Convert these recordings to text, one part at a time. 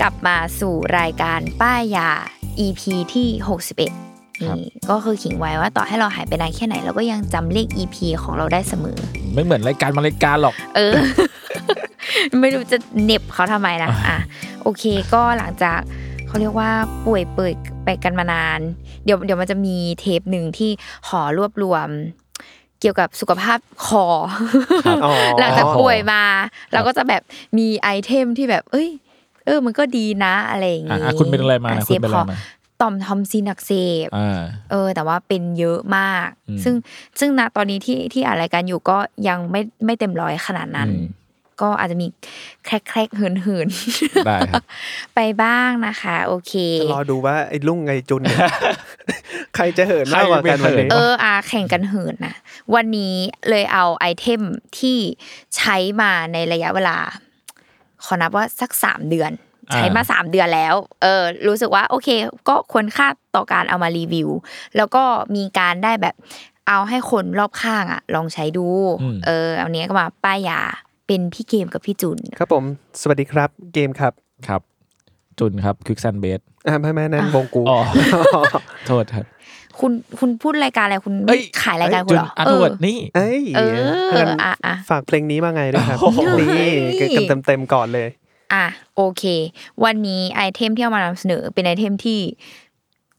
กลับมาสู่รายการป้ายยา EP ที่ 61นี่ก็คือขิงไว้ว่าต่อให้เราหายไปนานแค่ไหน เราก็ยังจำเลข EP ของเราได้เสมอ ไม่เหมือนรายการบางรายการหรอก เอ อ ไม่รู้จะเหน็บเขาทำไมนะ อ่ะ โอเค ก็หลังจากเขาเรียกว่าป่วยเปิดไปกันมานาน เดี๋ยวเดี๋ยวมันจะมีเทปหนึ่งที่ขอรวบรวม เกี่ยวกับสุขภาพคอ ครับอ๋อ หลังจากป่วยมา เราก็จะแบบมีไอเทมที่แบบ เอ้ย เออ มันก็ดีนะอะไรอย่าง อ่ะอ่ะคุณเป็นอะไรมานะ เซ คุณ ฟ เป็น ค อะอไรมา ต่อมทอมซินอักเสบ อ่า เออแต่ว่าเป็นเยอะมาก อืม ซึ่งซึ่งณตอนนี้ที่ที่อ่านรายการอยู่ก็ยังไม่ไม่เต็มร้อยขนาดนั้น อืม ก็อาจจะมีแครกแครกเหินเหินๆ ได้ครับ ไปบ้างนะคะ โอเค จะรอดูว่าไอ้ลุงไอ้จุ นเนี่ย ใครจะเหินมากกว่ากัน ใครจะวัน ไม่เหิน นี้ เอออาแข่งกันเหินนะวันนี้เลยเอาไอเทมที่ใช้มาในระยะเวลา ขอนับว่าสักสามเดือน อ่า ใช้มาสามเดือนแล้ว เออ รู้สึกว่า โอเค ก็ควรค่าต่อการเอามารีวิว แล้วก็มีการได้แบบเอาให้คนรอบข้างอะลองใช้ดู เออเอาเนี้ยก็มาป้ายยาเป็นพี่เกมกับพี่จุน ครับผม สวัสดีครับ เกมครับ ครับ จุนครับควิกซันเบส อ่าไม่ไม่นั่นวงกู อ๋อ โทษครับ คุณคุณพูดรายการอะไรคุณไม่ขายรายการคุณ จุ เห น รอ อัน เอ ว อ ดนี่ เอ้ย เออ ถ้างั้น อ่ะอ่ะ ฝากเพลงนี้มาไงด้วยครับ นี่กันเต็มเต็มๆก่อนเลย อ่ะโอเค วันนี้ไอเทมที่เอามานำเสนอเป็นไอเทมที่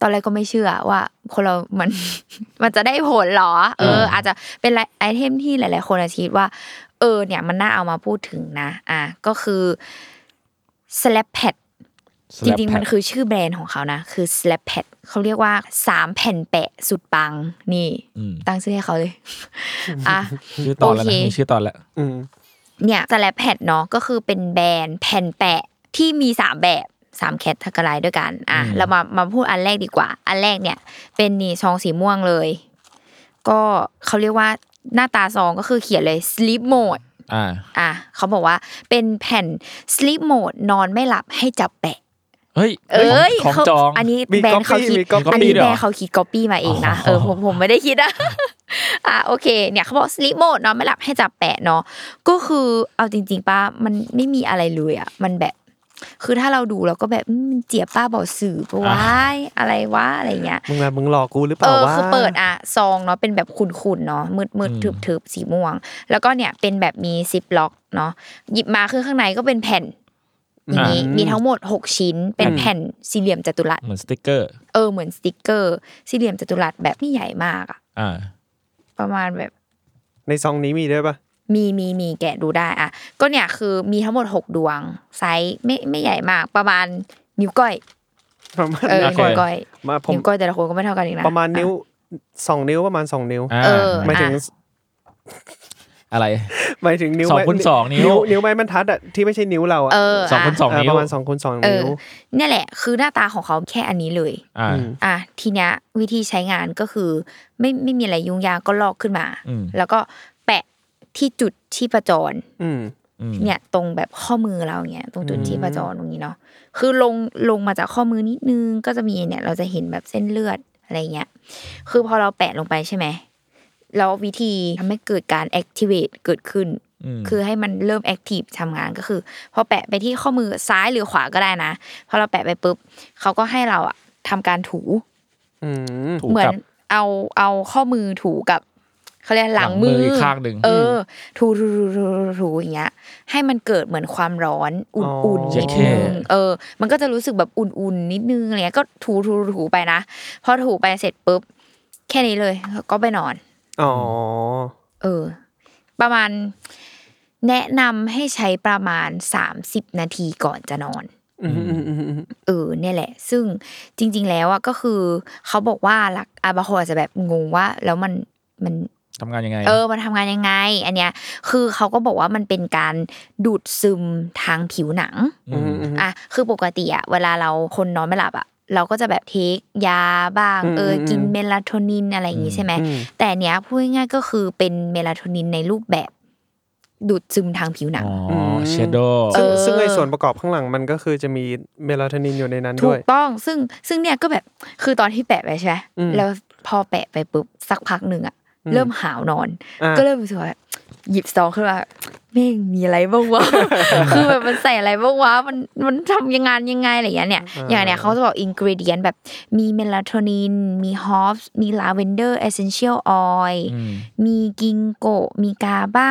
ตอนแรกก็ไม่เชื่อว่า คนเรา มัน มันจะได้ผลเหรอ เออ อ่า อาจจะเป็นไอเทมที่หลาย ๆ คนอาจจะคิดว่า เออ เนี่ยมันน่าเอามาพูดถึงนะ อ่ะก็คือ slap pad จริง ๆ มันคือชื่อแบรนด์ของเขานะ คือ slap pad เขาเรียกว่าสามแผ่นแปะสุดปังนี่ อืม ตั้งชื่อให้เขาเลย อ่ะ ชื่อตอนแล้ว โอ นะ เค มีชื่อตอนแล้ว อืม เนี่ยสแลปแพดเนาะก็คือเป็นแบรนด์แผ่นแปะที่มีสามแบบสามแคตตากรายด้วยกัน อ่ะ อืม เรามามาพูดอันแรกดีกว่า อันแรกเนี่ย เป็นนี่ซองสีม่วงเลย ก็เขาเรียกว่าหน้าตาซองก็คือเขียนเลย sleep mode อ่า อ่ะเขาบอกว่าเป็นแผ่น sleep mode นอนไม่หลับให้จับแปะ เฮ้ย เอ้ย ของ เขา จอง อันนี้ มี แบรน copy ด์เขาคิด มี copy อันนี้แบรด้วยเหรอนด์เขาคิดก๊อปปี้มาเองนะ อ๋อ เออผมผมไม่ได้คิดอะ อ่ะโอเค เนี่ยเขาบอก sleep mode เนาะไม่หลับให้จับแปะเนาะก็คือเอาจริง ๆป้ามันไม่มีอะไรเลยอะมันแบบ คือถ้าเราดูเราก็แบบอืมมันเจียบป้าบอกสื่อปะวายอะไรวะอะไรเงี้ย มึงมามึงหลอกกูหรือเป เอ ล่า อ ว่า คือเปิดอะซองเนาะเป็นแบบขุ่นๆเนาะมืดมืดๆทึบๆสีม่วง แล้วก็เนี่ยเป็นแบบมีซิปล็อกเนาะหยิบมาคือข้างในก็เป็นแผ่นอย่างนี้มีทั้งหมดหกชิ้น เป็นแผ่นสี่เหลี่ยมจัตุรัส เหมือนสติกเกอร์ เออเหมือนสติกเกอร์ สี่เหลี่ยมจัตุรัสแบบไม่ใหญ่มากอะ อ่า ประมาณแบบ ในซองนี้มีด้วยปะ มีมีมีแกะดูได้อะก็เนี่ยคือมีทั้งหมดหกดวงไซส์ไม่ไม่ใหญ่มาก ประมาณนิ้วก้อย ประมาณ เออ นี้ นิ้ ก้อ วย ก้อย มาผม นิ้วก้อยแต่ละคนก็ไม่เท่ากันอีกนะ ประมาณนิ้วสองนิ้วประมาณสองนิ้ว อ่า เออ หมายถึง อ่ะ อะไร หมายถึงนิ้ว สองคูณสองนิ้ว วนิ้วไม้บรรทัดอะที่ไม่ใช่นิ้วเราอะ เออ สอง อ่ะ คนสอง เออ นิ้ ป ว ระมาณสองคูณสอง เอ นิ้ อ ว เนี่ยแหละ คือหน้าตาของเขาแค่อันนี้เลย อ่า อืม อ่ะทีเนี้ยวิธีใช้งานก็คือ ไม่ไม่มีอะไรยุ่งยากก็ลอกขึ้นมา อืม แล้วก็แปะที่จุดที่ประจร อืม อืม เนี่ยตรงแบบข้อมือเราเงี้ยตรงจุดที่ประจรตรงนี้เนาะคือลงลงมาจากข้อมือนิดนึงก็จะมีเนี่ยเราจะเห็นแบบเส้นเลือดอะไรเงี้ยคือพอเราแปะลงไปใช่ไหมแล้ววิธีทำให้เกิดการ activate เกิดขึ้น อืม คือให้มันเริ่มแอคทีฟทำงานก็คือพอแปะไปที่ข้อมือซ้ายหรือขวาก็ได้นะพอเราแปะไปปุ๊บเขาก็ให้เราอะทำการถู อืม ถูก เหมือน กับ เอาเอาข้อมือถูกับเขาเรียกหลังมื หลังมืออีกข้างหนึ่ง เออ ถูถูถูถูถูถูอย่างเงี้ย ให้มันเกิดเหมือนความร้อนอุ่นๆนิดนึง เออ มันก็จะรู้สึกแบบอุ่นๆนิดนึงอะไรเงี้ย ก็ถูถูถูไปนะ พอถูไปเสร็จปุ๊บ แค่นี้เลยแล้วก็ไปนอน อ๋อ เออ ประมาณแนะนำให้ใช้ประมาณ 30 นาทีก่อนจะนอน อืมอืมอืมอืม เออเนี่ยแหละ ซึ่งจริง ๆ แล้วอ่ะก็คือ เขาบอกว่าหลักอาบาโคอาจจะแบบงงว่า แล้วมันมัน ทำงานยังไง เออ มันทำงานยังไง อันเนี้ย คือเขาก็บอกว่ามันเป็นการดูดซึมทางผิวหนัง อืมอืม อ่ะ คือปกติอะเวลาเราคนนอนไม่หลับอะเราก็จะแบบเทคยาบ้าง อืม เอออ ม กินเมลาโทนินอะไรอย่างงี้ใช่ไหม อืม แต่อันเนี้ยพูดง่ายๆก็คือเป็นเมลาโทนินในรูปแบบดูดซึมทางผิวหนัง อ๋อ ม เชดโดเอซึ่งอ ซึ่งไอส่วนประกอบข้างหลังมันก็คือจะมีเมลาโทนินอยู่ในนั้น ถู ด้วย กต้อง ซึ่งซึ่งเนี่ยก็แบบคือตอนที่แปะไปใช่ไหม อืม แล้วพอแปะไปปุ๊บสักพักหนึ่งอะ อืม เริ่มหาวนอน อ่า ก็เริ่มรู้สึกว่าแบบหยิบซองขึ้นมาแม่งมีอะไรบ้าง วะ คือแบบมันใส่อะไรบ้างวะมันมันทำยังไงยังไงอะไรอย่างเงี้ยเนี่ยอย่างเนี้ยเขาจะบอกอินกริเดียนแบบมีเมลาโทนิน มีฮอปส์มีลาเวนเดอร์เอเซนเชียลออยล์ อืม มีกิงโกะมีกาบ้า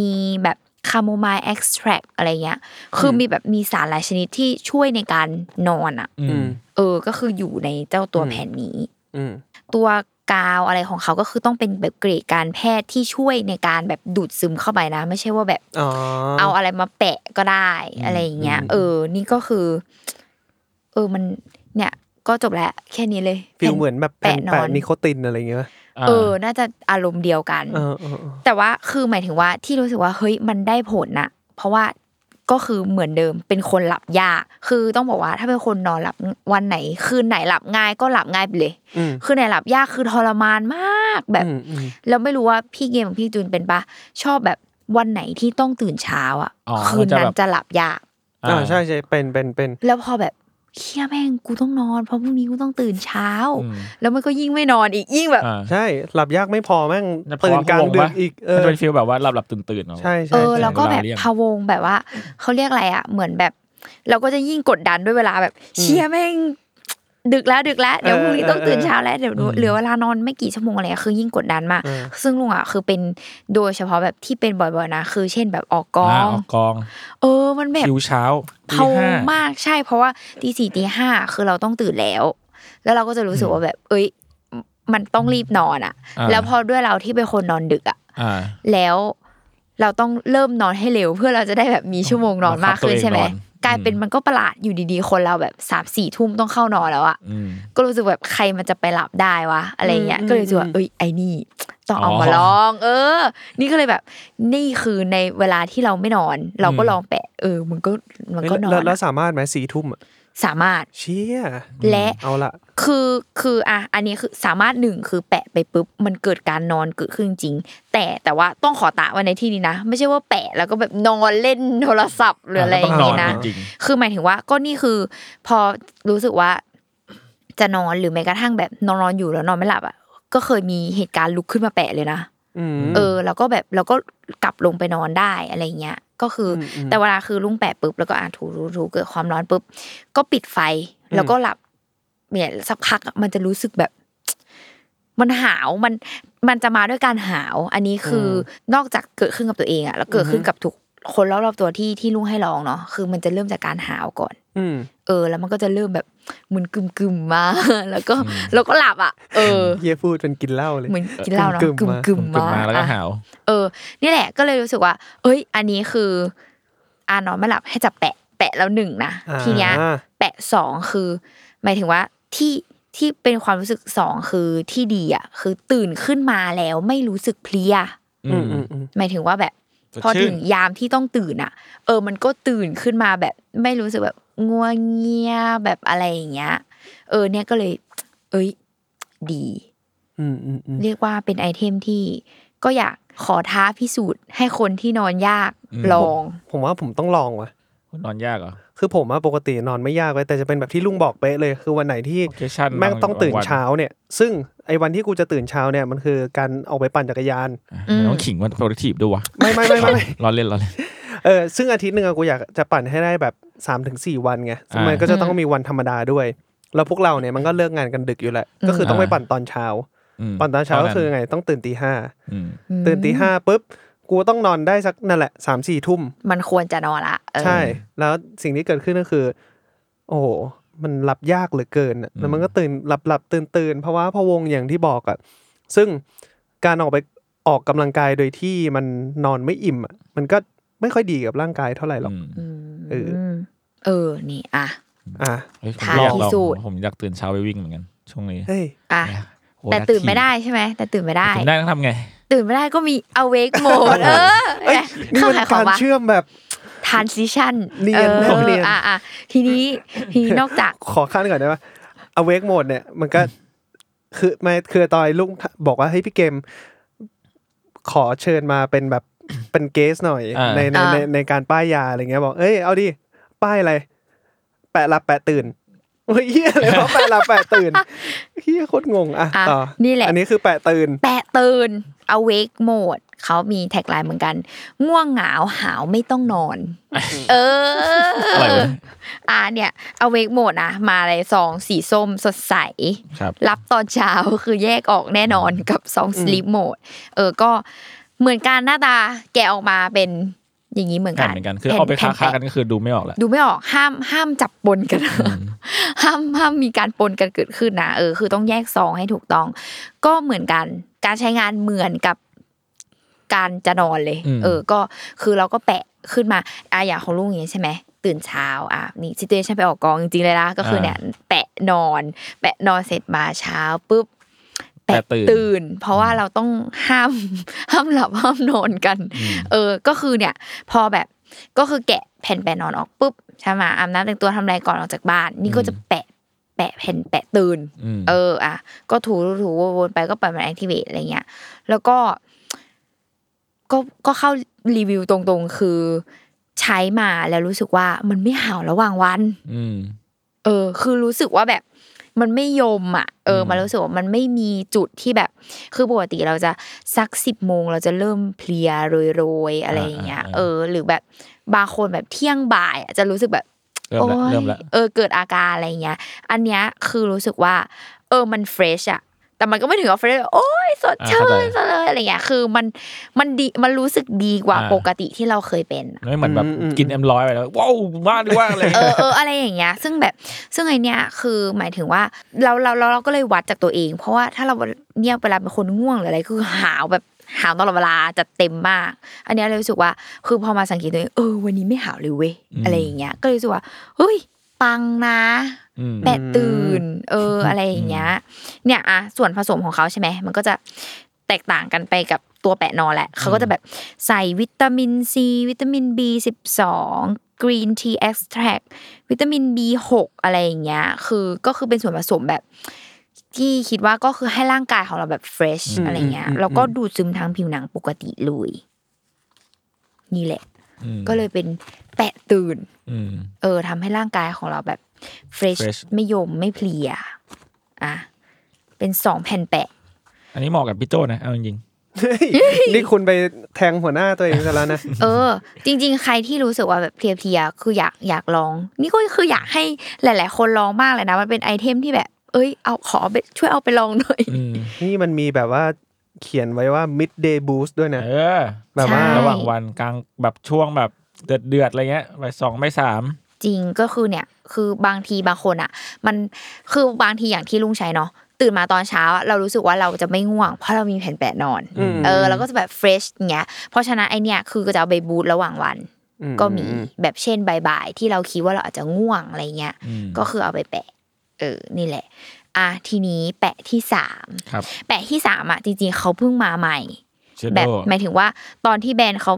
มีแบบคาโมไมล์เอ็กซ์แทรกอะไรเงี้ยคือมีแบบมีสารหลายชนิดที่ช่วยในการนอนอ่ะ อื อื ม ม เออ ก็คืออยู่ในเจ้าตัว อืม แผ่นนี้ อืม ตัวกาวอะไรของเขาก็คือต้องเป็นแบบเกรดการแพทย์ที่ช่วยในการแบบดูดซึมเข้าไปนะ ไม่ใช่ว่าแบบ อ๋อ เอาอะไรมาแปะก็ได้อะไรอย่างเงี้ย เออ นี่ก็คือ เออมันเนี่ย ก็จบแล้วแค่นี้เลย ฟิลเหมือนแบบแผ่ แปะ น นอ แปะ น นิโคตินอะไรอย่างเงี้ยปะ า เออ น่าจะอารมณ์เดียวกัน เออเออเออ แต่ว่าคือหมายถึงว่าที่รู้สึกว่าเฮ้ยมันได้ผลนะเพราะว่าก็คือเหมือนเดิมเป็นคนหลับยากคือต้องบอกว่าถ้าเป็นคนนอนหลับวันไหน คืนไหนหลับง่ายก็หลับง่ายไปเลย อืม คือไหนหลับยากคือทรมานมากแบบ อืมอืม แล้วไม่รู้ว่าพี่เกมกับพี่จูนเป็นปะชอบแบบวันไหนที่ต้องตื่นเช้าอ่ะ อ๋อ คืน จะ นั้ แบ น บ จะหลับยาก อ่าใช่ใช่เป็นเป็นเป็น แล้วพอแบบเฮียแม่งกูต้องนอน เพราะพรุ่งนี้กูต้องตื่นเช้า อืม แล้วมันก็ยิ่งไม่นอนอีกยิ่งแบบ อ่า ใช่หลับยากไม่พอแม่ง จะ ตื่นกลางดึ พ ก วะ อีกเอ มันจะอเป็นฟีลแบบว่าหลับหลับตื่นตื่นๆเนาะ ใช่ใช่ เออ ใช่ แล้วก็ เวลา แบบ เลี่ยง พะวงแบบว่าเขาเรียกอะไรอ่ะ เหมือนแบบ เราก็จะยิ่งกดดันด้วยเวลาแบบเชียแม่งดึกแล้วดึกแล้วเดี๋ยวพรุ่งนี้ต้องตื่นเช้าแล้วเดี๋ยวเหลือเวลานอนไม่กี่ชั่วโมงอะไรเงี้ยคือยิ่งกดดันมาก ซึ่งลุงอ่ะคือเป็นโดยเฉพาะแบบที่เป็นบ่อยๆนะคือเช่นแบบออกกอ อ่าง ออกกอง เออมันแบบ คิวเช้าตี เผา ห้ มากใช่เพราะว่าตีสี่ตีห้าคือเราต้องตื่นแล้ว แล้วเราก็จะรู้สึกว่าแบบ เอ้ย มันต้องรีบนอนอ่ะ า แล้วพอด้วยเราที่เป็นคนนอนดึกอ่ะ อ่า แล้วเราต้องเริ่มนอนให้เร็ว เพื่อเราจะได้แบบมีชั่วโมงนอนมากขึ้นใช่ไหม บังคับตัวเองนอน กลายเป็นมันก็ประหลาดอยู่ดีๆ คนเราแบบสามสี่ทุ่มต้องเข้านอนแล้วอ่ะ อืม ก็รู้สึกแบบใครมันจะไปหลับได้วะอะไรเงี้ยก็เลยรู้สึกว่าเอ้ยไอ้นี่ ต้องเอามา อ๋อ ลอง เออ นี่ก็เลยแบบ นี่คือในเวลาที่เราไม่นอน เราก็ลองแปะ เออ มันก็มัน เอ้ย ก็นอน แล้วแล้ว อะ สามารถไหมสี่ทุ่มอะ สามารถ เชี่ย และ เอาละ คือคืออ่ะอันนี้คือสามารถหนึ่งคือแปะไปปุ๊บมันเกิดการนอนเกิดขึ้นจริง แต่แต่ว่าต้องขอตะไว้ในที่นี้นะ ไม่ใช่ว่าแปะแล้วก็แบบนอนเล่นโทรศัพท์หรืออะไรอย่างงี้นะ ก็ต้องนอนจริง คือหมายถึงว่าก็นี่คือ พอรู้สึกว่าจะนอนหรือแม้กระทั่งแบบนอนนอนๆอยู่แล้วนอนไม่หลับอ่ะก็เคยมีเหตุการณ์ลุกขึ้นมาแปะเลยนะ อืม เออแล้วก็แบบเราก็กลับลงไปนอนได้อะไรเงี้ยก็คืออ ม แต่เวลาคือลุงแปะปุ๊บแล้วก็อ่ะถูถูถูเกิดความร้อนปุ๊บก็ปิดไฟแล้วก็หลับเนี่ยสักพักอะมันจะรู้สึกแบบ มันหาวมันมันจะมาด้วยการหาว อันนี้คืออนอกจากเกิดขึ้นกับตัวเองอะแล้วเกิดขึ้น อือฮึ กับทุกคนรอบๆตัวที่ที่ลุงให้ลองเนาะคือมันจะเริ่มจากการหาวก่อน อืม เออ แล้วมันก็จะเริ่มแบบมึนกึมกึมๆมา แล้วก็แล้วก็หลับอ่ะ เออ เฮียพูดเป็นกินเหล้าเลย เหมือนกินเหล้าเนาะ กึ่ กึ ม ม ๆมา กึมๆ ตื่น มา มาแล้วก็ อะ หาว เออนี่แหละก็เลยรู้สึกว่า เอ้ย อันนี้คืออานอนไม่หลับให้จับแปะ แปะแล้วหนึ่งนะ อ่า ทีเนี้ยแปะสองคือ หมายถึงว่าที่ที่เป็นความรู้สึกสองคือที่ดีอ่ะคือตื่นขึ้นมาแล้วไม่รู้สึกเพลีย อืม อืมอืม หมายถึงว่าแบบ สดชื่น พอถึงยามที่ต้องตื่นอ่ะ เออ มันก็ตื่นขึ้นมาแบบ ไม่รู้สึกแบบง่วงเงียแบบอะไรอย่างเงี้ย เออ เนี่ยก็เลย เอ้ย ดี อืมอืมอืม เรียกว่าเป็นไอเทมที่ก็อยากขอท้าพิสูจน์ให้คนที่นอนยากลอง ผมว่าผมต้องลองว่ะ นอนยากเหรอ คือผมอะปกตินอนไม่ยากเลยแต่จะเป็นแบบที่ลุงบอกเป๊ะเลย คือวันไหนที่ Occasion แม่ง บาง ต้องตื่น วัน เช้าเนี่ย ซึ่งไอ้วันที่กูจะตื่นเช้าเนี่ยมันคือการออกไปปั่นจักรยาน อืม มันต้องขิงว่า productive ด้วยวะ ไม่ไม่ไม่ไม่ ไม่ ล้อเล่นล้อเล่น เออซึ่งอาทิตย์หนึ่งอะกูอยากจะปั่นให้ได้แบบ3าถึงสวันไงซึ่งมัน อ่า ก็จะต้องมีวันธรรมดาด้วย แล้วพวกเราเนี่ยมันก็เลิกงานกันดึกอยู่แหละก็คือต้องไป อ่า ปั่นตอนเช้า อืม ปั่นตอนเช้าก็คือ นั้น ไงต้องตื่นตีห้า อืม ตื่นตีห้าปุ๊บกูต้องนอนได้สักนั่นแหละสามสี่ทุ่ม มันควรจะนอนละเออ ใช่ แล้วสิ่งที่เกิดขึ้นก็คือ โอ้โหมันหลับยากเหลือเกินอะแล้วมันก็ตื่นหลับหลับตื่นตื่นเพราะว่าพะวงอย่างที่บอกอ่ะซึ่งการออกไปออกกำลังกายโดยที่มันนอนไม่อิ่มอะมันก็ไม่ค่อยดีกับร่างกายเท่าไหร่หรอก เอออื มเออนี่อ่ะ อ่ะ เฮ้ยผม ท้าย อยากลอง ที่สุด ผมอยากตื่นเช้าไปวิ่งเหมือนกัน ช่วงนี้ เฮ้ย อ่ะ โอ้ แต่ รัก ตื่น ขี่ ไม่ได้ใช่ไหมแต่ตื่นไม่ได้ ตื่นได้ต้องทำไง ตื่นไม่ได้ก็มี awake mode เออ เอ้ยนี่ เข้า มัน หายขอก าง ร วะ เชื่อมแบบ transition เนียน ออ แนบเนียน อ่ะอ่ะที นี้ทีนี้นอกจาก ขอขั้นก่อนได้ปะ awake mode เนี่ย มันก็คือไม่คือตอนลุงบอกว่าให้ยพี่เกม ขอเชิญมาเป็นแบบเป็นเกสหน่อย อ่า ในใน อ่า ในในการป้ายยาอะไรเงี้ยบอกเอ้ยเอาดิป้ายอะไร แปะหลับแปะตื่นเฮ้ยเหียอะไรวะแปะหลับแปะตื่นเฮียโคตรงงอ่ะ อ่ะ ต่อ นี่แหละ อันนี้คือแปะตื่น แปะตื่น awake mode เขามีแท็กไลน์เหมือนกัน ง่วงเหงาหาวไม่ต้องนอน เอ อะอไรวะ อ่าเนี่ย awake mode นะมาเลยซองสีส้มสดใส ครับ รับตอนเช้า คือแยกออกแน่นอนกับซอง sleep mode เออก็เหมือนกันหน้าตาแกะออกมาเป็นอย่างนี้เหมือน กั กัน น เหมือนกัน คือเอาไป แผ่ ค้านค้า แปะ กันก็คือดูไม่ออกแหละ ดูไม่ออกห้ามห้ามจับปนกันนะห้ามห้ามมีการปนกันเกิดขึ้นนะเออคือต้องแยกซองให้ถูกต้อง ก็เหมือนกันการใช้งานเหมือนกับการจะนอนเลย อืม เออ ก็คือเราก็แปะขึ้นมาอ่ะอย่างของลูกอย่างเงี้ยใช่ไหมตื่นเช้าอ่ะนี่ซิเตชันไปออกกองจริงๆเลยนะก็คือเนี่ย แปะนอน แปะนอนเสร็จมาเช้าปุ๊บแปะตื่น เพราะว่าเราต้องห้าม ห้ามหลับห้ามนอนกัน เออ ก็คือเนี่ย พอแบบก็คือแกะแผ่นแปะนอนออกปุ๊บใช่ไหมอาบน้ำแต่งตัวทำอะไรก่อนออกจากบ้าน นี่ก็จะแปะแปะแผ่นแปะตื่น อืม เอออ่ะก็ถูถูถูวนๆไปก็ไปมันแอคทีเวตอะไรเงี้ยแล้วก็ก็ก็เข้ารีวิวตรงๆ คือใช้มาแล้วรู้สึกว่ามันไม่ห่าวระหว่างวัน อืม เออ คือรู้สึกว่าแบบมันไม่ยมอ่ะ เออ อืม มันรู้สึกว่ามันไม่มีจุดที่แบบ คือปกติเราจะสักสิบโมงเราจะเริ่มเพลียโรยๆอะไรอย่างเงี้ย เออ หรือแบบบางคนแบบเที่ยงบ่ายอะจะรู้สึกแบบ เริ่มละ โอ๊ย เริ่มละ เออเกิดอาการอะไรเงี้ย อันเนี้ยคือรู้สึกว่า เออมันเฟรชอะแต่มันก็ไม่ถึงกับเฟรชโอ้ยสดชื่ อ่าเข้าใจ นซะเลยอะไรเงี้ย คือมันมันดีมันรู้สึกดีกว่า อ่า ปกติที่เราเคยเป็นอะ ไม่เหมือนแบบ อืมอืม กินแอมร้อยไปแล้วว้าวบ้าดีว่าอะไร เออเอออะไรอย่างเงี้ย ซึ่งแบบซึ่งไอเนี้ยคือหมายถึงว่าเราเราเราเราก็เลยวัดจากตัวเอง เพราะว่าถ้าเราเนี่ยเวลาเป็นคนง่วงหรืออะไรคือหาวแบบหาวตลอดเวลาจะเต็มมาก อันเนี้ยเลยรู้สึกว่าคือพอมาสังเกตตัวเองเออวันนี้ไม่หาวเลยเว้ย อืม อะไรอย่างเงี้ยก็เลยรู้สึกว่าเฮ้ยปังนะ อืม แปดตื่น เอออะไรอย่างเงี้ยเนี่ยอ่ะส่วนผสมของเขาใช่ไหมมันก็จะแตกต่างกันไปกับตัวแปะนอนแหละเขาก็จะแบบใส่วิตามินซีวิตามิน B12 กรีนทีเอ็กซ์แทร วิตามิน B6 อะไรอย่างเงี้ย คือก็คือเป็นส่วนผสมแบบ ที่คิดว่าก็คือให้ร่างกายของเราแบบเฟรช อืม อะไรเงี้ย อืม แล้วก็ดูดซึมทางผิวหนังปกติเลย นี่แหละ อืม ก็เลยเป็นแปะตื่น อืม เออทำให้ร่างกายของเราแบบเฟรช fresh ไม่ยมไม่เพลีย อ่ะ เป็นสองแผ่นแปะ อันนี้เหมาะกับพี่โจนะเอาจริง เฮ้ยนี่คุณไปแทงหัวหน้าตัวเองซะแล้วนะ เออ จริง ๆ ใครที่รู้สึกว่าแบบเพลียๆคืออยากอยากลอง นี่ก็คืออยากให้หลาย ๆ คนลองมากเลยนะ มันเป็นไอเทมที่แบบ เอ้ยเอาขอไปช่วยเอาไปลองหน่อย ๆอืม นี่มันมีแบบว่าเขียนไว้ว่า midday boost ด้วยนะ เออ แบบว่า ใช่ ระหว่างวันกลางแบบช่วงแบบเดือดเดือดๆอะไรเงี้ยไปสองไปสาม จริงก็คือเนี่ยคือบางทีบางคนอ่ะ มันคือบางทีอย่างที่ลุงใช้เนาะตื่นมาตอนเช้าอะเรารู้สึกว่าเราจะไม่ง่วง เพราะเรามีแผ่นแปะนอน อืม เออเราก็จะแบบเฟรชเงี้ยเพราะฉะนั้นไอเนี่ยคือก็จะเอาไปบูตระหว่างวัน อื ก็มีแบบเช่นบ่ายๆที่เราคิดว่าเราอาจจะง่วงอะไรเงี้ย อืม ก็คือเอาไปแปะ เออนี่แหละ อ่ะทีนี้แปะที่สาม ครับ แปะที่สามอ่ะจริงๆเขาเพิ่งมาใหม่ Shadow แบบหมายถึงว่าตอนที่แบรนด์เขา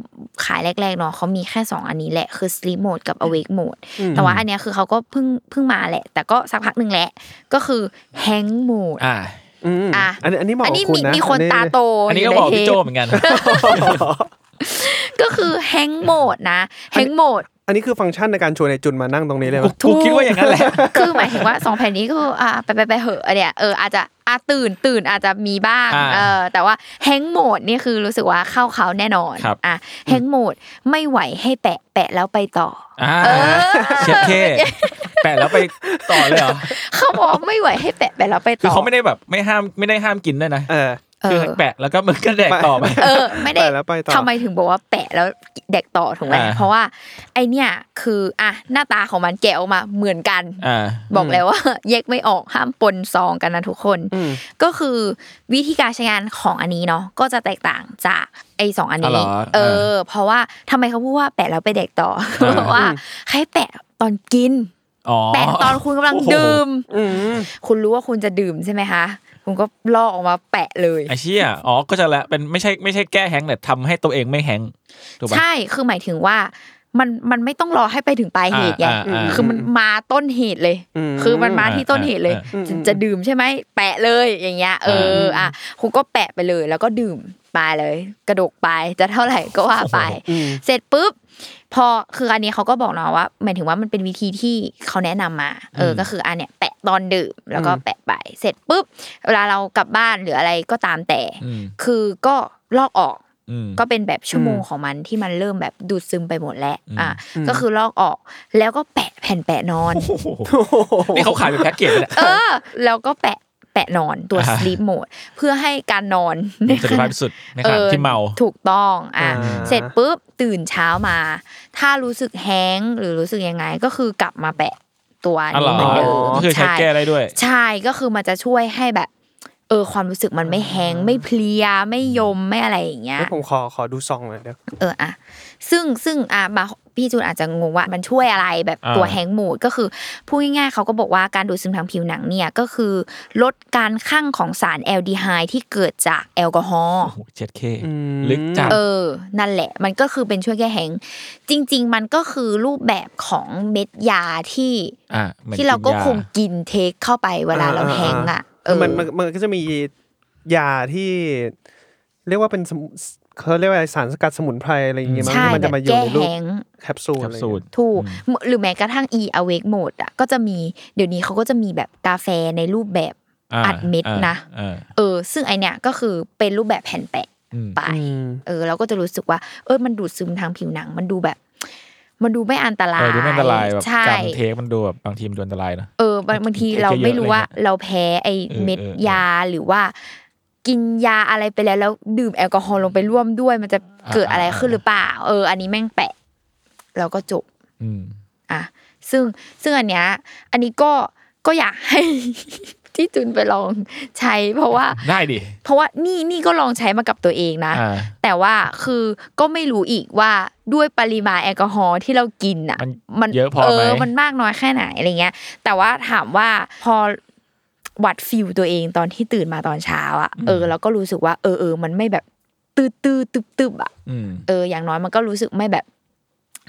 ขายแรกๆเนาะเขามีแค่ 2 อันนี้แหละ คือ sleep mode กับ awake mode แต่ว่าอันเนี้ยคือเขาก็เพิ่งเพิ่งมาแหละ แต่ก็สักพักหนึ่งแหละ ก็คือ hang mode อ่า อืม อ่ะ อันนี้อันนี้เหมาะ อัน กับ นี้ คุณ มี นะ มีคน อั ตาโต อันนี้ ยู่ ก็ ใน บอก เท พี่ ป โจเหมือนกัน ก็คือ hang mode นะ hang mode อันนี้คือฟังก์ชันในการชวนไอจุนมานั่งตรงนี้เลย กู ปะ กูคิดว่าอย่างนั้นแหละ คือหมายถึงว่าสองแผ่นนี้ก็อ่าไปไปไปเหอะอันเนี่ยเอออาจจะอาตื่นตื่นอาจจะมีบ้าง อ่า เออแต่ว่าแฮงโหมดนี่คือรู้สึกว่าเข้าเขาแน่นอน ครับ อ่ะแฮงโหมดไม่ไหวให้แปะแปะแล้วไปต่อ อ่า เออ เช็ดเคแปะแล้วไปต่อเลยเหรอ เขาบอกว่าไม่ไหวให้แปะแปะแล้วไปต่อ คือเขาไม่ได้แบบไม่ห้ามไม่ได้ห้ามกินด้วยนะ เออ เอ คือ อ แปะแล้วก็มึงก็แดกต่อไป เออ ไม่ได้ แปะแล้วไปต่อ ทำไมถึงบอกว่าแปะแล้วแดกต่อถูกไหม อ่า เพราะว่าไอเนี่ยคืออ่ะหน้าตาของมันแกะออกมาเหมือนกัน อ่า บอกแล้วว่า แยกไม่ออกห้ามปนซองกันนะทุกคน อืม ก็คือวิธีการใช้งานของอันนี้เนาะก็จะแตกต่างจากไอ้สองอัน อ๋อเหร นี้ อ เออ เพราะว่าทำไมเขาพูดว่าแปะแล้วไปแดกต่อ เออ เพราะว่าให้แปะตอนกิน อ๋อ แปะตอนคุณกำลัง โอ้โห ดื่ม อืม คุณรู้ว่าคุณจะดื่มใช่ไหมคะ คุณก็ลอกออกมาแปะเลย ไอ้เชี่ยอ๋อ ก็จะละเป็นไม่ใช่ไม่ใช่แก้แฮงก์แต่ทำให้ตัวเองไม่แฮงก์ถูกปะ ใช่คือหมายถึงว่ามันมันไม่ต้องรอให้ไปถึงปลายเหตุไง อ่าอ่าอ่า คือมันมาต้นเหตุเลย อืม คือมันมาที่ต้นเหตุเลย อ่าอ่า จะจะดื่มใช่ไหมแปะเลยอย่างเงี้ยเอออ ม อ่ะคุณก็แปะไปเลย แล้วก็ดื่มไปเลย กระดกไปจะเท่าไหร่ก็ว่าไป อืม เสร็จปุ๊บพอคืออันนี้เขาก็บอกเนาะว่าหมายถึงว่ามันเป็นวิธีที่เขาแนะนำมา เออ อืม ก็คืออันเนี้ยแปะตอนดื่มแล้วก็ อืม แปะไปเสร็จปุ๊บเวลาเรากลับบ้านหรืออะไรก็ตามแต่ อืม คือก็ลอกออก อืม ก็เป็นแบบชั่วโมง อืม ของมันที่มันเริ่มแบบดูดซึมไปหมดแล้ว อืม อ่ะ อืม ก็คือลอกออกแล้วก็แปะแผ่นแปะนอน โอ้โหนี่เขาขายเป็นแพ็กเกจเลยนะ เออ แล้วก็แปะแปะนอนตัว อ่า sleep mode เพื่อให้การนอนใน สุด ข ท้าย ณะ สุดในขณะที่เมา ออถูกต้องอ่ะ อ่า เสร็จปุ๊บตื่นเช้ามา ถ้ารู้สึกแห้งก์หรือรู้สึกยังไงก็คือกลับมาแปะตัว อ๋อเหร นี้ อ เหมือนเดิม ก็คือใช้แก้ได้ด้วย ใช่ก็คือมันจะช่วยให้แบบ เออความรู้สึกมันไม่แห้งก์ไม่เพลียไม่ยมไม่อะไรอย่างเงี้ย แล้วผมขอขอดูซองหน่อยเดี๋ยว เอออะซึ่งซึ่งอ่ะมาพี่จูนอาจจะงงว่ามันช่วยอะไรแบบ อ่า ตัวแฮงก์มูดก็คือพูดง่ายๆเขาก็บอกว่าการดูดซึมทางผิวหนังเนี่ยก็คือ ลดการคั่งของสารแอลดีไฮด์ที่เกิดจากแอลกอฮอล์ โอ้โหเจ็ดเค อืม ลึกจัด เออ นั่นแหละ มันก็คือเป็นช่วยแก้แฮงก์จริง ๆ มันก็คือรูปแบบของเม็ดยาที่ อ่ะเหมือน ที่เราก็ กินยา คงกินเทคเข้าไปเวลาเราแฮงก์อ่ะเออ มันมันมันก็จะมียาที่ เรียกว่าเป็นสมุนเขาเรียกว่าอะไรสารสกัดสมุนไพรอะไรอย่างเงี้ยมั้ง ใช่ ที่มันจะมาอยู่ แก้ ในรู แฮ ป งก์ แคปซูล แค อะ ป ไร ซูล เงี้ย ถูกหรือแม้กระทั่ง e awake mode อ่ะก็จะมีเดี๋ยวนี้เขาก็จะมีแบบกาแฟในรูปแบบ า อัดเม็ดนะ อ่า เออ ซึ่งไอเนี้ยก็คือเป็นรูปแบบแผ่นแปะ อืม ไป อืม เออเราก็จะรู้สึกว่า เออมันดูดซึมทางผิวหนัง มันดูแบบ มันดูไม่อันตรา เอย อดูไม่อันตรายแบบ ใช่ การเทคมันดูแบบบางทีมันดูอันตรายนะ เออบางบางทีเราไม่รู้ว่า เราแพ้ไอเม็ด เออเออ ยาหรือว่า กินยาอะไรไปแล้วแล้วดื่มแอลกอฮอล์ลงไปร่วมด้วย มันจะเกิดอะไรขึ้นหรือเปล่า เออ อันนี้แม่งแปะแล้วก็จบ อืม อ่ะซึ่งซึ่งอันเนี้ยอันนี้ก็ก็อยากให้ ที่จุนไปลองใช้ เพราะว่า ได้ดิ เพราะว่านี่นี่ก็ลองใช้มากับตัวเองนะ อ่า แต่ว่าคือก็ไม่รู้อีกว่าด้วยปริมาณแอลกอฮอล์ที่เรากินอ่ะ มันเยอะพอ เอ ไหม อมันมากน้อยแค่ไหนอะไรเงี้ย แต่ว่าถามว่าพอวัดฟิลตัวเองตอนที่ตื่นมาตอนเช้าอ่ะเออ อืม เราก็รู้สึกว่าเออเออมันไม่แบบตื้อตื้อตึบตึบอ่ะ อืม เอออย่างน้อยมันก็รู้สึกไม่แบบ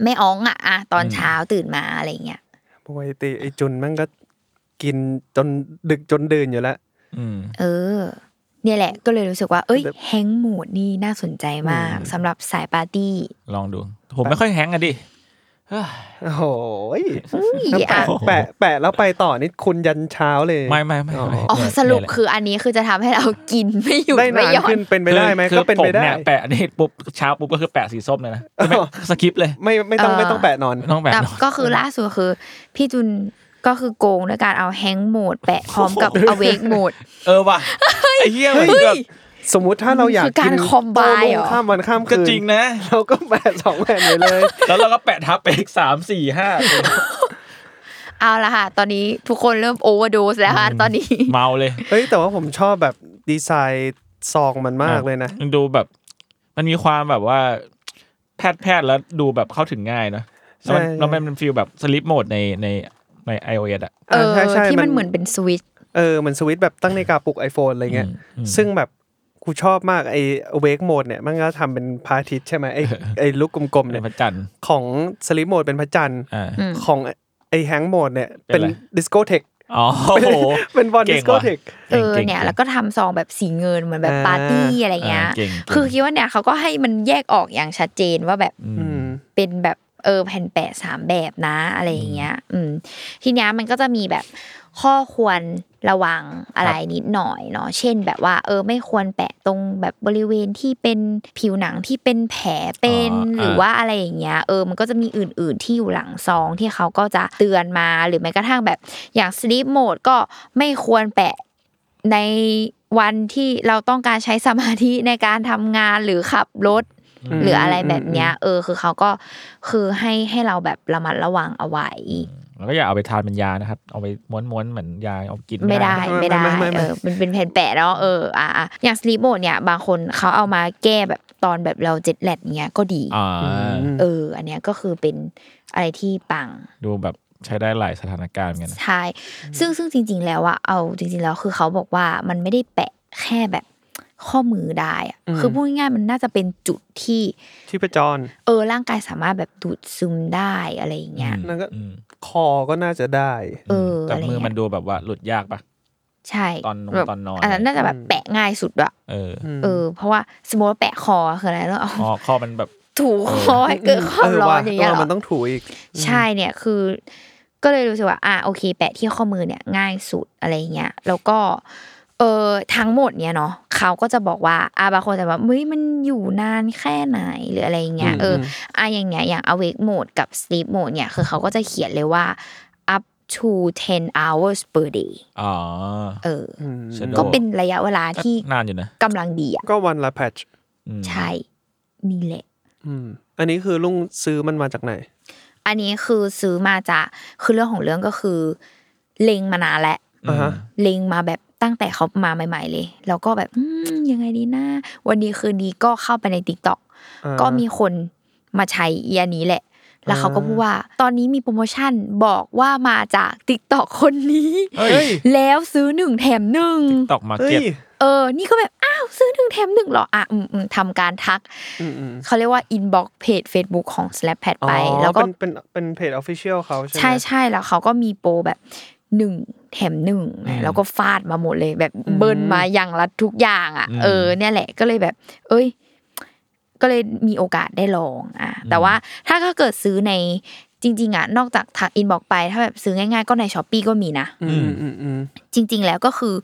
ไม่อ้องอ่ะอะตอน อืม เช้าตื่นมาอะไรอย่างเงี้ย ปกติไอ้จุนมันก็กินจนดึกจนดื่นอยู่แล้ว อืม เออ เนี่ยแหละก็เลยรู้สึกว่า เอ้ย แต่ แฮงก์โหมดนี่น่าสนใจมากสำหรับสายปาร์ตี้ ลองดู ผมไม่ค่อยแฮงก์อ่ะดิเฮ้ย โอ้โหย อุ้ยอ่ะ โอ้โห แปะแปะแล้วไปต่อนี่คุณยันเช้าเลย ไม่ไม่ไม่ไม่ อ๋อสรุป เนี่ยแหละ คืออันนี้คือจะทำให้เรากินไม่หยุด ได้ ไม่ นาน หย่อ ขึ้ น นเป็นไปได้ไหม คือ ก็เป็นไปได้ ผมยแปะนี่ปุ๊บเช้าปุ๊บก็คือแปะสีส้ม เลยนะไม่สกิปเลย ไม่ไม่ต้องไม่ต้องแปะนอน ไม่ต้องแปะ แต่ หรอก ก็คือล่าสุดคือ พี่จุนก็คือโกงด้วยการเอาแฮงก์โหมด แปะพร้อมกับอโอ้โหเวกโหมด เออว่ะไอ้เหี้ยมันแบบ สมมุติถ้าเราอยาก คือการ กิน คอมไบน์เหรอ โต้รุ่งข้ามวันข้าม ก็ คืน จริงนะ เราก็แปะสองแผ่นไปเลย แล้วเราก็แปะทับไปอีกสามสี่ห้า เอาละค่ะ ตอนนี้ทุกคนเริ่มโอเวอร์ดสแล้วค่ะตอนนี้ เมาเลย เฮ้ยแต่ว่าผมชอบแบบดีไซน์ซองมันมากเลยนะ มันดูแบบ มันมีความแบบว่า แพทย์แพทย์แล้วดูแบบเข้าถึงง่ายเนอะแล้วมัน ใช่ แล้วมันเป็นฟีลแบบสลิปโหมดในในใน iOS อ่ะ เออ ใช่ใช่ ที่มันเหมือนเป็นสวิตช์ เออมันสวิตช์แบบตั้งในาฬิกาปลุก iPhone อะไรเงี้ย อืมอืม ซึ่งแบบกูชอบมากไอ้ awake mode เนี่ย มันก็ทำเป็นพระอาทิตย์ใช่ไหมไอ้ไอ้ลูกกลมๆ ใน เนี่ย พระจันทร์ ของ sleep mode เป็นพระจันทร์ อ่า ของไอ้ hang mode เนี่ย เป็ เป็น น อะไร ดิสโกเทค อ๋อโอ้โห เป็นบอล เก่ ดิ ง สโก ว่ะ เทค เออ ก่ง เนี่ย ก่ง แล้วก็ทำซองแบบสีเงินเหมือนแบบ อ่า ปาร์ตี้อะไรเงี้ย อ่าเก่งเก่ง คือคิดว่าเนี่ยเขาก็ให้มันแยกออกอย่างชัดเจนว่าแบบ อืม เป็นแบบ เออแผ่นแปะสามแบบนะอะไรอย่างเงี้ย อืม ทีเนี้ยมันก็จะมีแบบข้อควรระวังอะไรนิดหน่อยเนาะเช่นแบบว่า เออไม่ควรแปะตรงแบบบริเวณที่เป็นผิวหนังที่เป็นแผลเป็น อ๋ออ่า หรือว่าอะไรอย่างเงี้ยเออมันก็จะมีอื่น ๆ ที่อยู่หลังซองที่เขาก็จะเตือนมาหรือแม้กระทั่งแบบอย่าง sleep mode ก็ไม่ควรแปะ ในวันที่เราต้องการใช้สมาธิในการทำงานหรือขับรถ ม หรืออะไรแบบเนี้ย อืม เออ คือเขาก็คือให้ให้เราแบบระมัดระวังเอาไว้ แล้วก็อย่าเอาไปทานเป็นยานะครับ เอาไปม้วนๆเหมือนยาเอากิน ไม่ได้ไม่ได้ ไม่ไม่ไม่ เออมันเป็นแผ่นแปะเนาะเอออ่ะอ่ะอย่างสลีปโหมดเนี่ย บางคนเขาเอามาแก้แบบตอนแบบเราเจ็ดแลดเนี้ยก็ดี อ่า เออ อันเนี้ยก็คือเป็นอะไรที่ปัง ดูแบบใช้ได้หลายสถานการณ์เหมือนกันนะ ใช่ซึ่งซึ่งจริง ๆ แล้วอะเอาจริง ๆ แล้วคือเขาบอกว่ามันไม่ได้แปะแค่แบบข้อมือได้อะ อืม คือพูดง่ายๆมันน่าจะเป็นจุดที่ ชีพจร เออร่างกายสามารถแบบดูดซึมได้อะไรอย่างเงี้ย นั่นก็ อืม คอก็น่าจะได้ เออ แต่ อะไร มือ เงี้ มัน ย ดูแบบว่าหลุดยากปะ ใช่ ตอนนอน แบบ ตอนนอน อันนั้นน่าจะแบบ อืม แปะง่ายสุดอะ เออ ม เออ เพราะว่าสมมติว่าแปะคอคืออะไรแล้วเอา อ๋อข้อมันแบบ ถูคอให้เกิดความร้อนอย่างเงี้ยเหรอเว่ะมันต้องถูอีก ใช่เนี่ยคือ ก็เลยรู้สึกว่าอ่ะโอเค แปะที่ข้อมือเนี่ยง่ายสุดอะไรเงี้ยแล้วก็ เออทั้งหมดเนี่ยเนาะเขาก็จะบอกว่าอ่ะบางคนจะแบบเฮ้ยมันอยู่นานแค่ไหนหรืออะไรเงี้ย อืม เอออ ม อ่ะอย่างเงี้ยอย่าง awake mode กับ sleep mode เนี่ยคือเขาก็จะเขียนเลยว่า up to 10 hours per day อ๋อ เออ อืม Shadow ก็เป็นระยะเวลาที่ นานอยู่นะ กำลังดีอ่ะ ก็วันละแพทช์ อืม ใช่นี่แหละ อืม อันนี้คือลุงซื้อมันมาจากไหน อันนี้คือซื้อมาจากคือเรื่องของเรื่องก็คือเล็งมานานแล้ว อืม อ่าฮะ เล็งมาแบบตั้งแต่เขามาใหม่ ๆ เลย แล้วก็แบบอืมยังไงดีนะ วันนี้คืนนี้ก็เข้าไปในติ๊กต็อก อ่า ก็มีคนมาใช้เอียนี้แหละ แล้วเขาก็พูดว่าตอนนี้มีโปรโมชั่นบอกว่ามาจากติ๊กต็อกคนนี้ เฮ้ย แล้วซื้อหนึ่งแถมหนึ่ง ตอกมา เฮ้ เก็ ย ต เออ นี่ก็แบบ อ้าว ซื้อหนึ่งแถมหนึ่งเหรอ อ่ะอืมอืมทำการทัก อืมอืม เขาเรียกว่า inbox เพจ Facebook ของ Slap Pad อ๋อ ไป แล้วก็ เป็นเป็นเป็นเพจออฟฟิเชียลเขาใช่ไหม ใช่ใช่แล้วเขาก็มีโปรแบบหนึ่งแถมหนึ่ง อืม แล้วก็ฟาดมาหมดเลย แบบเบิร์นมาอย่างละทุกอย่างอ่ะ อืม เออเนี่ยแหละก็เลยแบบ เอ้ย ก็เลยมีโอกาสได้ลองอ่ะแต่ว่าถ้าถ้าเกิดซื้อในจริง ๆอ่ะนอกจากทางอินบอกไปถ้าแบบซื้อง่ายๆ ก็ในช้อปปีก็มีนะ อืมอืมอืม จริง ๆ แล้วก็คือ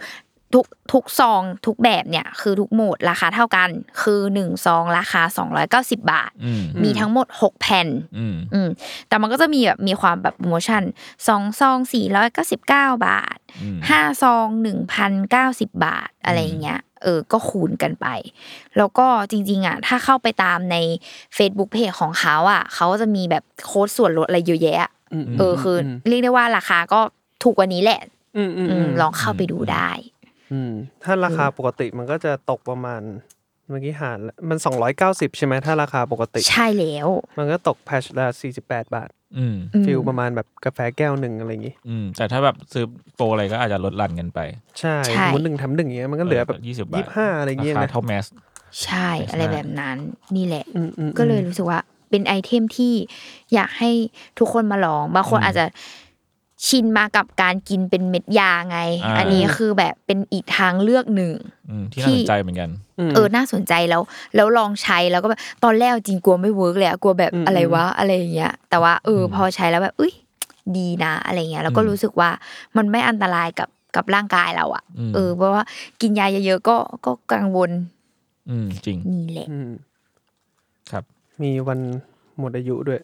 ทุกทุกซองทุกแบบเนี่ย คือทุกโหมดราคาเท่ากัน คือหนึ่งซองราคา 290 บาท อืม มีทั้งหมดหกแผ่น อืม อืมแต่มันก็จะมีแบบมีความแบบโปรโมชั่นสองซองสี่ร้อยเก้าสิบเก้าบาท อืม ห้าซองหนึ่งพันเก้าสิบบาทอะไรอย่างเงี้ยเออก็คูณกันไป แล้วก็จริงๆอ่ะถ้าเข้าไปตามใน Facebook Page ของเขาอ่ะเขาก็จะมีแบบโค้ดส่วนลดอะไรเยอะแยะ อืม เออคือเรียกได้ว่าราคาก็ถูกกว่านี้แหละ อืมอืม อื อื ม ม ลองเข้าไปดูได้ อืมถ้าราคาปกติมันก็จะตกประมาณ เมื่อกี้หารแล้วมัน 290 ใช่ไหมถ้าราคาปกติ ใช่แล้ว มันก็ตกแพทช์ละ48 บาท อืม อืม ฟิลประมาณแบบกาแฟแก้วหนึ่งอะไรอย่างงี้ อืม แต่ถ้าแบบซื้อโปรอะไรก็อาจจะลดหลั่นกันไป ใช่สมมติหนึ่งทำหนึ่งอย่างเงี้ยมันก็เหลือแบบ ยี่สิบ ยี่ห้าอะไรอย่างเงี้ย ราคา นะ เท่าแมส ใช่อะไรแบบนั้นนี่แหละ อืมอืมอืม ก็เลยรู้สึกว่าเป็นไอเทมที่อยากให้ทุกคนมาลอง บางคนอาจจะชินมากับการกินเป็นเม็ดยาไง อ่า อันนี้คือแบบเป็นอีกทางเลือกหนึ่ง อืมที่น่า ที่ สนใจเหมือนกัน เออน่าสนใจแล้ว แล้วลองใช้แล้วก็แบบตอนแรกจริงกลัวไม่เวิร์กเลยอะกลัวแบบ อืม อะไรวะอะไรอย่างเงี้ย แต่ว่าเอออพอใช้แล้วแบบอุ้ยดีนะอะไรเงี้ย แล้วก็ อืม รู้สึกว่ามันไม่อันตรายกับกับร่างกายเราอะ อืม เออเพราะว่ากินยาเยอะๆก็ก็กังวล อืม จริง นี่แหละ อืม ครับ มีวันหมดอายุด้วย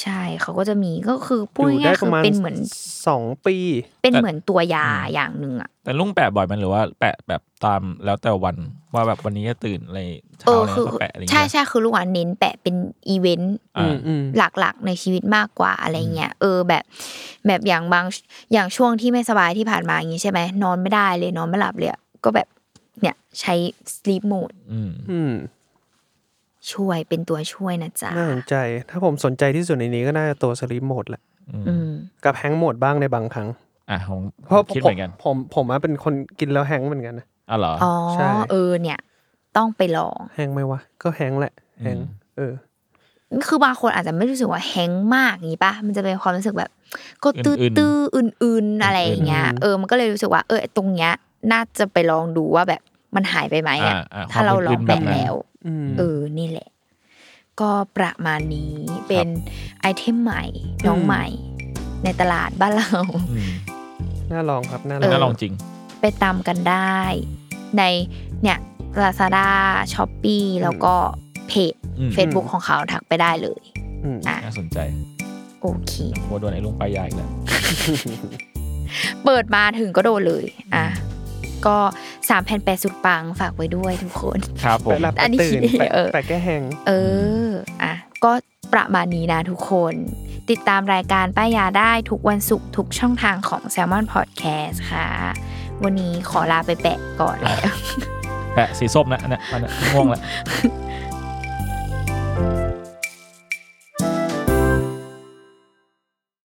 ใช่เขาก็จะมีก็คือพู อ ด ยู่ได้ ง่ายๆ ป คือ ระมาณ เป็นเหมือน สองปี เป็นเหมือนตัวยาอย่างหนึ่งอ่ะ แต่ลุงแปะบ่อยมันหรือว่าแปะแบบตามแล้วแต่วันว่าแบบวันนี้จะตื่นอะไรเช้า เออ อะไร คือ ก็แปะอะไรอย่าง ใช่ เงี้ย ใช่คือลูกหวานเน้นแปะเป็นอีเวนต์ อ่า อืม หลักๆในชีวิตมากกว่าอะไรเงี้ยเออแบบ แบบอย่างบางอย่างช่วงที่ไม่สบายที่ผ่านมาอย่างงี้ใช่ไหมนอนไม่ได้เลยนอนไม่หลับเลยอะก็แบบเนี่ยใช้ sleep mode อืม อืม ช่วยเป็นตัวช่วยนะจ๊ะ น่าสนใจ ถ้าผมสนใจที่สุดในนี้ก็น่าจะตัวสลิปโหมดแหละ อืม กับแฮงก์โหมดบ้างในบางครั้ง อ่ะผม เพราะ คิด ผ เหมื ม อนกัน ผมผมอะเป็นคนกินแล้วแฮงก์เหมือนกันนะ อ๋อเหรอ อ๋อ ใช่ เออเนี่ย ต้องไปลอง แฮงก์ไหมวะ ก็แฮงก์แหละ แฮงก์เออ คือบางคนอาจจะไม่รู้สึกว่าแห้งมากอย่างงี้ปะมันจะเป็นความรู้สึกแบบ ก็ตื้อ อื่นๆ ตื้ออื่นๆอะไรอย่างเงี้ยเออมันก็เลยรู้สึกว่า เออไอ้ตรงเนี้ย น่าจะไปลองดูว่าแบบมันหายไปไหม อ่า อะ อ่า ถ้าเราลอง ควม แปะ มึนๆบบนั้น แล้ว อืม เออนี่แหละ ก็ประมาณนี้เป็นไอเทมใหม่ น้อง อืม ใหม่ ในตลาดบ้านเรา อืม น่าลองครับน่าล เอ อง น่าลองจริง ไปตามกันได้ ในเนี่ย Lazada s h o p e e แล้วก็เพจ อืม Facebook ของเขาทักไปได้เลย ม อ่ะ น่าสนใจ โอเค กลัวโดนไอ้ลุงป้ายยาอีกแล้ว เปิดมาถึงก็โดนเลย อ่ะ ก็สามแผ่นแปดสุดปังฝากไว้ด้วยทุกคน ครับผม แปะหลับ อันนี้ ตื่นแปะ เออ แปะแก้แหง เออ อ่ะ ก็ประมาณนี้นะทุกคน ติดตามรายการป้ายาได้ทุกวันศุกร์ทุกช่องทางของ Salmon Podcast ค่ะ วันนี้ขอลาไปแปะก่อนแล้ว แปะสีส้มนะอันเนี้ยอันเนี้ยง่วงละ